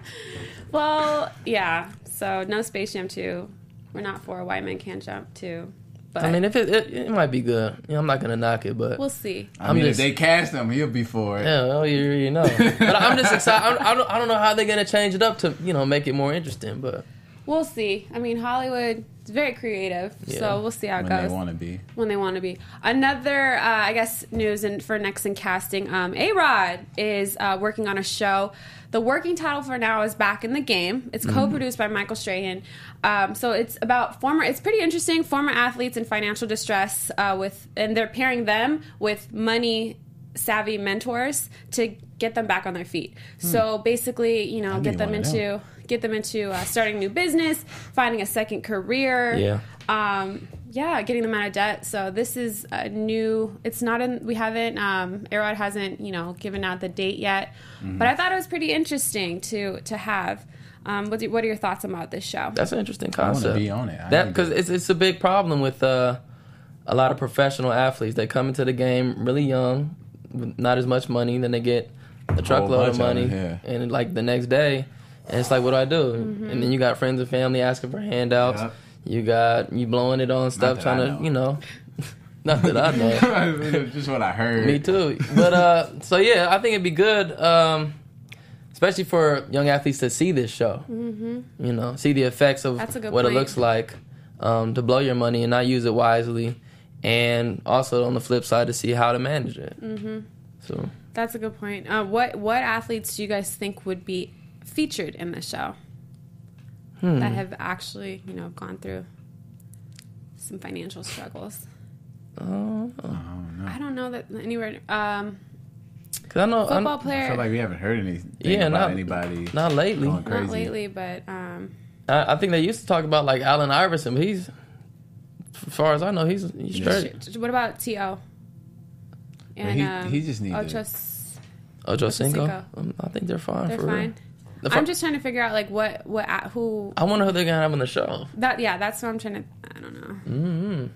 S3: <laughs>
S4: <laughs>
S1: well, yeah. So no Space Jam two. We're not for White Man Can't Jump two. But
S3: I mean, if it, it it might be good. You know, I'm not gonna knock it, but
S1: we'll see.
S4: I
S3: I'm
S4: mean,
S3: just-
S4: if they cast him, he'll be for it.
S3: yeah, well, oh, you already know. but I'm just excited. I'm, I don't I don't know how they're gonna change it up to you know make it more interesting. But
S1: We'll see. I mean, Hollywood is very creative,
S3: Yeah.
S1: so we'll see how it
S4: When
S1: goes.
S4: they want to be.
S1: when they want to be. Another, uh, I guess, news and for next in casting, um, A Rod is uh, working on a show. The working title for now is Back in the Game. It's co-produced by Michael Strahan. Um, so it's about former. It's pretty interesting. Former athletes in financial distress uh, with, and they're pairing them with money savvy mentors to get them back on their feet. So basically, Hmm. you know,
S4: need
S1: get them
S4: one of
S1: into get them into uh, starting new business, finding a second career
S3: yeah,
S1: um, yeah, getting them out of debt. So this is a new. It's not in. We haven't. Um, Arod hasn't. You know, given out the date yet.
S4: Mm-hmm.
S1: But I thought it was pretty interesting to to have. Um, what, do, what are your thoughts about this show?
S3: that's an interesting
S4: I want
S3: concept.
S4: to be on it. I
S3: that
S4: need
S3: because
S4: to-
S3: it's it's a big problem with uh, a lot of professional athletes. They come into the game really young, with not as much money, then they get a truckload
S4: bunch
S3: of
S4: of
S3: money,
S4: them, yeah.
S3: and like the next day, and it's like, what do I do? And then you got friends and family asking for handouts.
S4: Yep.
S3: You got you blowing it on stuff,
S4: that
S3: trying
S4: I
S3: to
S4: know.
S3: you know, <laughs> not that I
S4: <laughs>
S3: know.
S4: just what I heard.
S3: Me too. But uh, so yeah, I think it'd be good, um, especially for young athletes to see this show. Mm-hmm. You know, see the effects of
S1: That's a good
S3: what it
S1: point.
S3: looks like um, to blow your money and not use it wisely, and also on the flip side to see how to manage it. Mm-hmm. So
S1: That's a good point. Uh, what what athletes do you guys think would be featured in the show
S4: Hmm.
S1: that have actually you know gone through some financial struggles? I don't know that anywhere. Um,
S3: because I know
S1: football
S3: I'm,
S4: I
S1: player,
S4: feel like we haven't heard anything
S3: Yeah,
S4: about
S3: not-
S4: anybody.
S3: not lately.
S4: going crazy.
S1: not lately, but um,
S3: I, I think they used to talk about like Allen Iverson. But he's, as far as I know, he's he's straight.
S1: Sh- What about T.O.? And
S4: he-
S1: um,
S4: he just need to-
S1: Ochos-
S3: Ocho
S1: Cinco.
S3: Cinco. Oh, Um, I think they're fine.
S1: They're
S3: for
S1: fine.
S3: Real.
S1: I'm just trying to figure out like what what at- who
S3: I wonder who they're gonna have on the show.
S1: that yeah that's what I'm trying to I don't know
S3: Mm.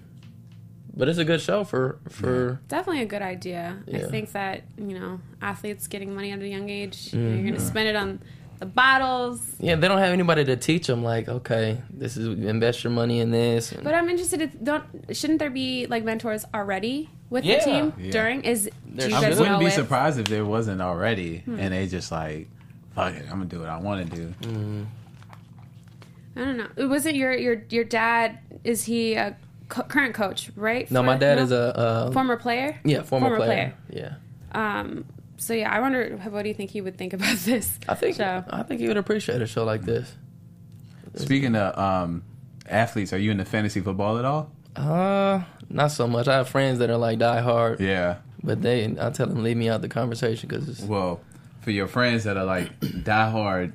S3: But it's a good show for for
S1: definitely a good idea I
S3: Yeah.
S1: think that you know athletes getting money at a young age you know, you're gonna spend it on the bottles
S3: Mm-hmm. yeah. They don't have anybody to teach them. Like, okay, this is invest your money in this. And
S1: but I'm interested if don't shouldn't there be like mentors already with
S3: Yeah.
S1: the team
S4: Yeah.
S1: during is do you
S4: I
S1: guys Hmm.
S4: wouldn't
S1: know
S4: be
S1: if-
S4: surprised if there wasn't already, and they just like, fuck it, I'm gonna do what I want to do.
S3: Hmm.
S1: I don't know was it your your your dad is he a co- current coach right
S3: no,
S1: For-
S3: my dad
S1: no?
S3: is a
S4: Oh.
S3: uh,
S1: former player
S3: yeah former, player. Yeah,
S1: Um, so yeah, I wonder what do you think he would think about <laughs> this?
S3: I think
S1: show?
S4: uh,
S3: I think he would appreciate a show like this.
S4: Speaking of um, athletes, are you into fantasy football at all?
S3: Uh, not so much. I have friends that are like die hard,
S4: Yeah.
S3: but they I tell them leave me out the conversation because it's
S4: Well, for your friends that are like <clears throat> diehard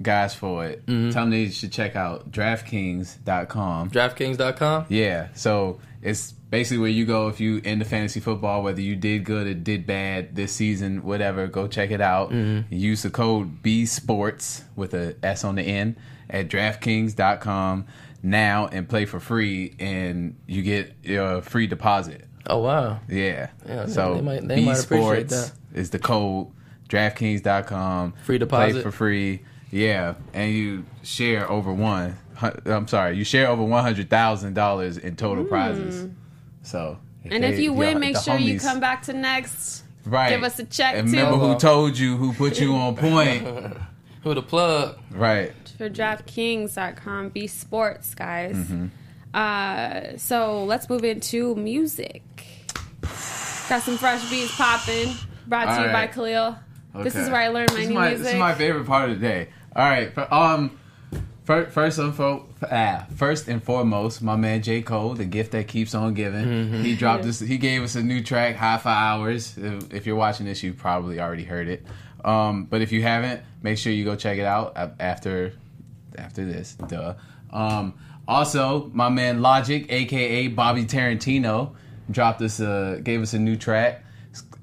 S4: guys for it,
S3: Mm-hmm.
S4: tell them they should check out DraftKings.com.
S3: DraftKings.com.
S4: Yeah, so it's basically where you go if you into fantasy football, whether you did good or did bad this season, whatever. Go check it out. Use the code B Sports with a S on the end at DraftKings.com now and play for free, and you get your free deposit.
S3: Oh wow,
S4: Yeah.
S3: Yeah,
S4: so
S3: they might- they
S4: B
S3: might appreciate
S4: Sports
S3: that.
S4: is the code. DraftKings.com.
S3: Free deposit.
S4: Play for free. Yeah, and you share over one. hu- I'm sorry, you share over one hundred thousand dollars in total prizes. So.
S1: Mm. and if
S4: they-
S1: you win,
S4: yeah,
S1: make
S4: the
S1: sure you
S4: homies-
S1: come back to next.
S4: Right.
S1: give us a check,
S4: And
S1: too.
S4: remember
S3: Hello.
S4: who told you, who put you
S1: <laughs>
S4: on point.
S3: who the plug?
S4: right.
S1: for DraftKings.com. Be sports, guys.
S4: Mm-hmm.
S1: Uh, so let's move into music. Got some fresh beats popping. Brought to
S4: All
S1: you by
S4: right.
S1: Khalil. This
S4: Okay.
S1: is where I learned my
S4: This is
S1: new
S4: my,
S1: music.
S4: This is my favorite part of the day. All right. For, um, fir- first and fo- ah, first and foremost, my man J Cole, the gift that keeps on giving. He dropped this. He gave us a new track, High Five Hours. If, if you're watching this, you probably already heard it. Um, but if you haven't, make sure you go check it out a- after after this. Duh. Um, also, my man Logic, aka Bobby Tarantino, dropped us a gave us a new track.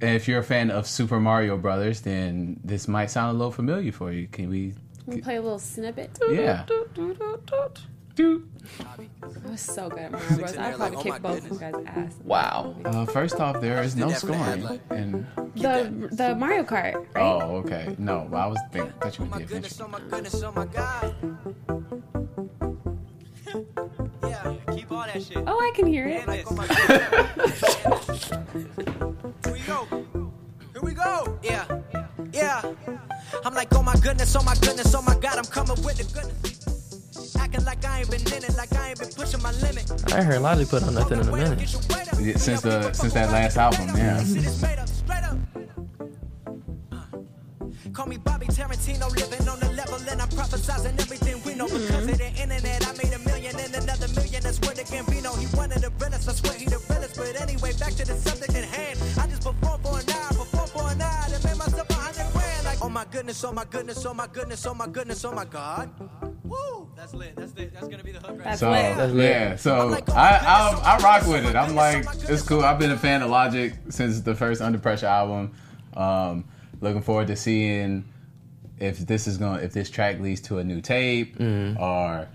S4: If you're a fan of Super Mario Brothers, then this might sound a little familiar for you. Can we?
S1: We'll play a little snippet.
S4: Yeah.
S1: It was so good at Mario Bros. I probably kick both of you guys' ass.
S3: Wow,
S4: Uh, first off, there is no scoring. And
S1: The the Mario Kart, right?
S4: oh, okay. No, I was
S1: Oh
S4: thinking that you would the adventure.
S2: oh my goodness, oh my god. <laughs> yeah, keep on that
S1: person. Oh, I can hear it.
S2: <laughs> Here we go. Here we go. Yeah. Yeah. I'm like, oh my goodness, oh my goodness, oh my god, I'm coming with the goodness. Acting like I ain't been in it, like I ain't been pushing my limit.
S3: I ain't heard Lolly put on nothing in a minute.
S4: Yeah, since the since that last album, yeah.
S2: Call me Bobby Tarantino, living on the level, and I'm prophesizing everything we know. Because of the internet, I made a million and another million. That's where the Gambino, he one of the realest. I swear he the realest. But anyway, back to the subject in hand. I just perform for an hour, perform for an hour, and made myself a hundred grand. Like, oh my goodness, oh my goodness, oh my goodness, oh my goodness, oh my god. Woo! That's lit. That's lit. That's gonna be the hook
S1: That's
S2: right
S4: So
S1: lit. oh
S3: lit.
S4: yeah, so I, I I rock with it. I'm like it's cool. I've been a fan of Logic since the first Under Pressure album. Um, looking forward to seeing if this is going to if this track leads to a new tape
S3: Mm-hmm.
S4: or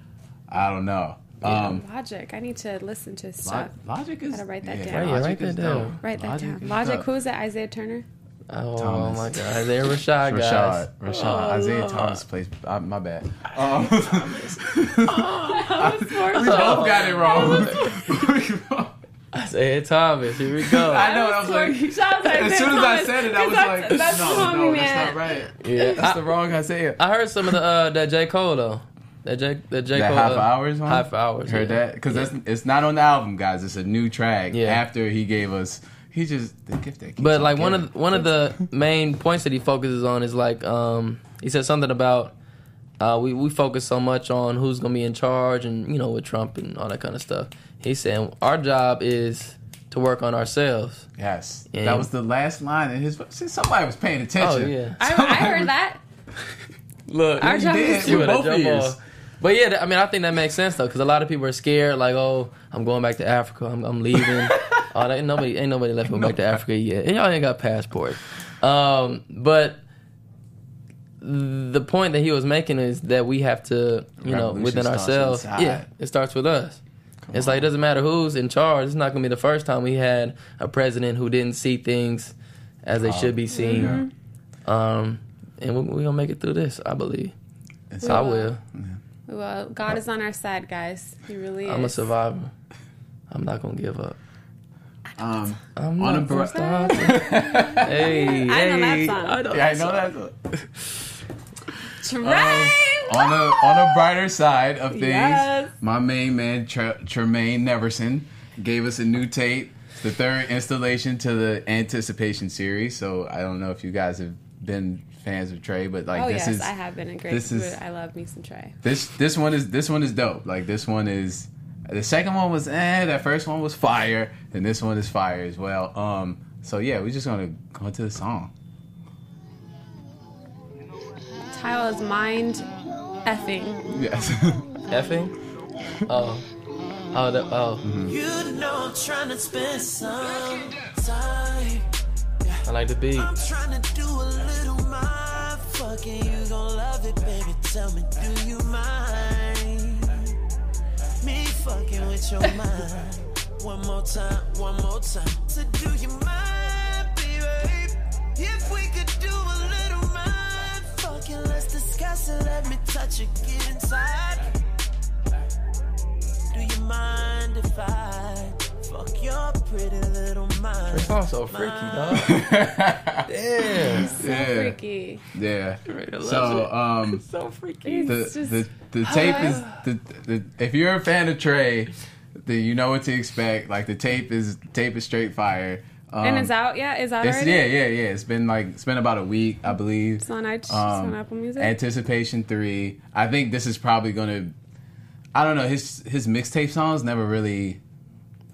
S4: I don't know. Um,
S1: Logic. I need to listen to
S4: Lo-
S1: stuff.
S4: Logic is
S1: Gotta write that
S4: yeah,
S1: down. Right,
S3: yeah,
S4: Logic
S3: write that
S4: is
S3: down.
S4: dope.
S1: Write that down.
S4: is
S1: Logic.
S4: dope.
S1: Who's that? Isaiah Turner.
S3: Oh
S4: Thomas.
S3: my God, they're Rashad, guys. Oh.
S4: Rashad, Rashad, Isaiah Thomas plays. Uh,
S1: <laughs>
S4: my bad. Um, <laughs>
S1: Oh,
S4: we both got it <laughs> wrong.
S3: Isaiah Thomas. Here we go. <laughs>
S4: I know. I was like, as soon as I said it, I was like,
S1: that's
S4: no,
S1: the
S4: no,
S1: homie,
S4: that's
S1: man.
S4: not right.
S3: Yeah,
S4: That's
S3: I,
S4: the wrong Isaiah.
S3: I heard some of the uh, that J Cole though. That J that J
S4: That
S3: Cole.
S4: High
S3: uh,
S4: Hours one?
S3: High for hours.
S4: Heard
S3: yeah.
S4: that? Because that's it's not on the album, guys. It's a new track.
S3: Yeah.
S4: After he gave us, he just the gift that. keeps
S3: But
S4: on
S3: like one
S4: giving.
S3: of the, one of the main points that he focuses on is like um, he said something about uh, we we focus so much on who's gonna be in charge and you know with Trump and all that kind of stuff. He's saying our job is to work on ourselves.
S4: yes,
S3: Yeah.
S4: that was the last line in his. See, somebody was paying attention.
S3: Oh, yeah.
S1: I, I heard that.
S3: Look,
S1: Our job
S4: did.
S1: is to.
S4: You
S3: You
S4: with
S3: would
S4: both
S3: jump
S4: ears.
S3: off. But yeah, th- I mean, I think that makes sense though, because a lot of people are scared, like, oh, I'm going back to Africa, I'm, I'm
S4: <laughs>
S3: leaving. All that, nobody, ain't nobody left going back to Africa yet, and y'all ain't got passports. Um, but the point that he was making is that we have to, you know,
S4: Revolution
S3: within
S4: starts
S3: ourselves.
S4: inside.
S3: Yeah, it starts with us. it's like it doesn't matter who's in charge. It's not gonna be the first time we had a president who didn't see things as they should be seen.
S4: Oh, Yeah. Mm-hmm.
S3: Um, and we're, we're gonna make it through this, I believe.
S4: And
S3: I
S4: so,
S3: will.
S1: Well, God is on our side, guys. He really is.
S3: I'm a survivor. I'm not gonna give up.
S4: um,
S3: I'm
S4: On
S3: not
S4: a bro-
S3: gonna
S4: <laughs>
S3: stop. hey,
S1: I know that
S3: hey,
S1: song.
S3: I know
S4: yeah, I
S3: that
S4: know
S3: song.
S4: that.
S1: Train!
S4: Um, on a on a brighter side of things,
S1: Yes.
S4: my main man Tre- Tremaine Neverson gave us a new tape, the third installation to the Anticipation series. So I don't know if you guys have been fans of Trey, but like
S1: oh
S4: this
S1: yes,
S4: is
S1: I have been a great.
S4: this is-
S1: I love me some Trey.
S4: this this one is this one is dope. Like this one is the second one was eh, that first one was fire, and this one is fire as well. Um, so yeah, we're just gonna go into the song.
S1: Tile is mind effing.
S4: Yes. <laughs>
S3: Effing. Oh, oh, that, oh.
S4: Mm-hmm.
S2: You know I'm trying to spend some time.
S3: I like the beat.
S2: I'm trying to do a little my fucking. You gon' love it, baby. Tell me, do you mind? Me fucking with your mind. One more time, one more time. So do you mind, baby? If we could do a little mind fucking, let's discuss it. Let me touch it, get inside. Do you mind if I fuck your pretty little mind?
S3: This song's so freaky, dog. Yeah,
S1: So
S4: Yeah.
S1: freaky.
S4: yeah.
S3: Trey loves
S4: <laughs> So
S3: it.
S4: um.
S3: so freaky.
S1: It's
S4: the,
S1: just
S4: the, the tape is the, the if you're a fan of Trey, then you know what to expect. Like the tape is tape is straight fire. Um,
S1: and it's out yet? Is out
S4: it's-
S1: already?
S4: yeah, yeah, yeah. It's been like it's been about a week, I believe.
S1: It's on iTunes.
S4: Um,
S1: on Apple Music.
S4: Anticipation three. I think this is probably gonna. I don't know his his mixtape songs never really.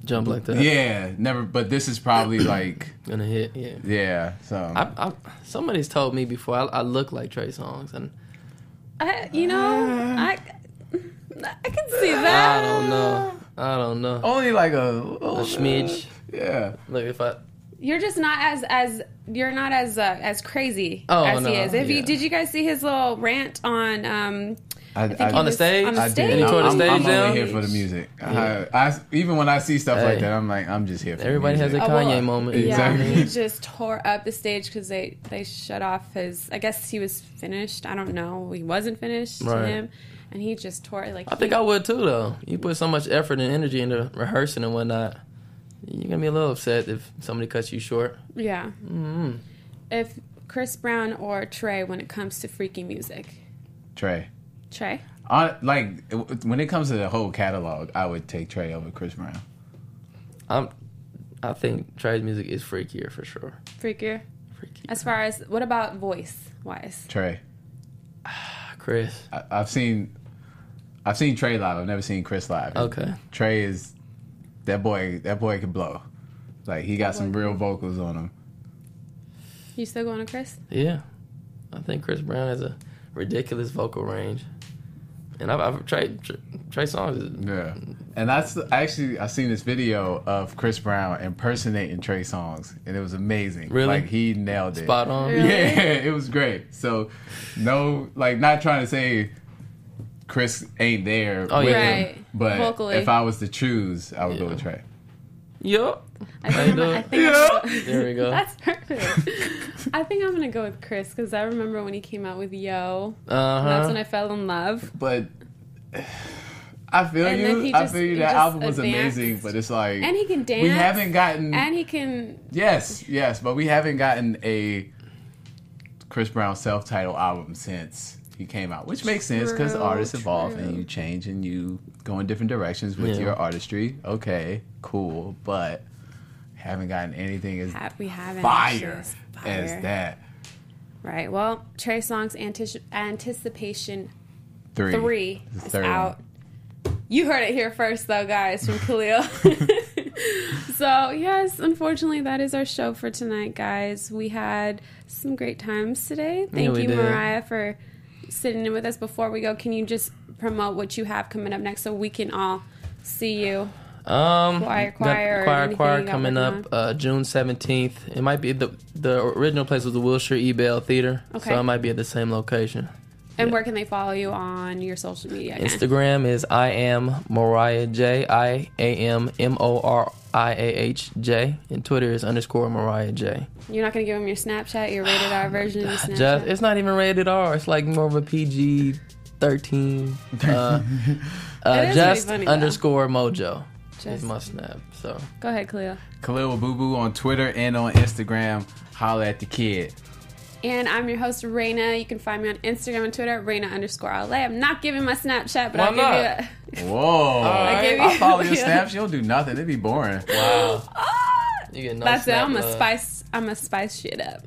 S3: Jump like that.
S4: Yeah, never. But this is probably like
S3: gonna hit. Yeah.
S4: yeah. So
S3: I, I, somebody's told me before I, I look like Trey Songz, and
S1: I, you know,
S4: Ah.
S1: I I can see
S3: I
S1: that.
S3: don't
S4: Um,
S3: know. I don't know.
S4: only like a,
S3: A smidge.
S4: Yeah.
S3: Look, if I
S1: You're just not as as you're not as uh, as crazy
S3: Oh,
S1: as
S3: no,
S1: he is. If you
S3: yeah.
S1: did you guys see his little rant on um
S4: I,
S1: think
S4: I-
S1: he
S4: On
S3: the
S1: was-
S3: stage?
S1: On the
S4: I do.
S1: stage.
S3: You tore the
S4: I'm,
S3: stage
S4: I'm
S3: down?
S4: only here for the music.
S3: Yeah.
S4: I, I- even when I see stuff
S3: Hey.
S4: like that, I'm like, I'm just here for
S3: Everybody
S4: the
S3: has a
S4: music.
S1: Oh, well,
S3: Kanye moment.
S4: yeah. Exactly.
S1: Yeah, he just tore up the stage because they they shut off his. I guess he was finished. I don't know. He wasn't finished to
S3: Right.
S1: him, and he just tore it like.
S3: I think I would too, though. You put so much effort and energy into rehearsing and whatnot. You're gonna be a little upset if somebody cuts you short.
S1: yeah.
S3: Mm-hmm.
S1: If Chris Brown or Trey, when it comes to freaky music,
S4: Trey.
S1: Trey.
S4: I, like w- when it comes to the whole catalog, I would take Trey over Chris Brown.
S3: I'm, I think Trey's music is freakier for sure.
S1: Freakier.
S3: Freaky.
S1: As far as what about voice wise?
S4: Trey.
S1: Uh,
S3: Chris.
S4: I, I've seen, I've seen Trey live. I've never seen Chris live.
S3: Okay.
S4: Trey is that boy. That boy can blow. Like he got some real vocals on him.
S1: You still going to Chris?
S3: Yeah, I think Chris Brown has a ridiculous vocal range, and I've, I've tried Trey, Trey Songz. Is,
S4: Yeah. And that's actually I seen this video of Chris Brown impersonating Trey Songs, and it was amazing.
S3: Really?
S4: like he nailed it.
S3: Spot on.
S1: <laughs> Really?
S4: Yeah, <laughs> it was great. So, no, like not trying to say Chris ain't there
S3: Oh,
S4: with
S3: yeah.
S4: him,
S1: Right.
S4: but
S1: Vocally.
S4: if I was to choose, I would go
S3: Yeah.
S4: with Trey.
S3: Yup.
S1: I
S3: How
S1: think,
S3: you
S1: I'm- I
S3: doing?
S1: think I'm-
S3: There we
S1: <laughs>
S3: go.
S1: that's perfect. I think I'm gonna go with Chris because I remember when he came out with Yo.
S3: Uh
S1: And that's when
S3: huh.
S1: I fell in love.
S4: But <sighs> I feel
S1: And then
S4: you.
S1: he
S4: I
S1: just-
S4: feel you.
S1: he
S4: That
S1: just
S4: album was
S1: advanced.
S4: amazing, but it's like
S1: And he can dance.
S4: we haven't gotten
S1: And he can.
S4: Yes, yes, but we haven't gotten a Chris Brown self-titled album since he came out, which makes sense because
S1: True,
S4: artists evolve
S1: true.
S4: and you change and you go in different directions with
S3: Yeah.
S4: your artistry. Okay, cool, but haven't gotten anything as
S1: ha- uh, We haven't. actually.
S4: fire,
S1: It's
S4: as
S1: fire.
S4: that.
S1: Right. Well, Trey Songz Antici- Anticipation
S4: Three,
S1: 3
S4: The
S1: is
S4: third one.
S1: out. You heard it here first, though, guys, from
S4: <laughs>
S1: Khalil. so, yes, unfortunately, that is our show for tonight, guys. We had some great times today. Thank
S3: we
S1: you,
S3: did.
S1: Mariah, for sitting in with us. Before we go, can you just promote what you have coming up next so we can all see you?
S3: Um,
S1: Choir, choir, or
S3: got the choir,
S1: anything you
S3: choir
S1: got
S3: coming
S1: working
S3: up uh, June seventeenth. It might be the the original place was the Wilshire Ebell Theater,
S1: Okay.
S3: so it might be at the same location.
S1: And where can they follow you on your social media? again?
S3: Instagram is I am Mariah J. I A M M O R I A H J. And Twitter is underscore Mariah J.
S1: You're not going to give them your Snapchat, your rated R version of your Snapchat?
S3: Just it's not even rated R. It's like more of a PG thirteen. Uh,
S1: It
S3: uh,
S1: is
S3: just
S1: pretty funny, though.
S3: underscore Mojo is
S1: Just-
S3: my snap. So
S1: Go ahead, Khalil.
S4: Khalil Boo Boo on Twitter and on Instagram. Holla at the kid.
S1: And I'm your host, Raina. You can find me on Instagram and Twitter, Raina underscore LA. I'm not giving my Snapchat, but
S3: Why
S1: I'll give
S3: not?
S1: you
S4: Whoa!
S3: I
S1: Oh, gave
S4: I
S1: you-
S4: follow
S1: <laughs>
S4: your
S1: yeah.
S4: snaps. You'll do nothing. It'd be boring.
S3: wow,
S1: a. Ah!
S3: you get no
S1: That's it.
S3: snap
S1: I'm a
S3: love.
S1: spice. I'm a spice shit up.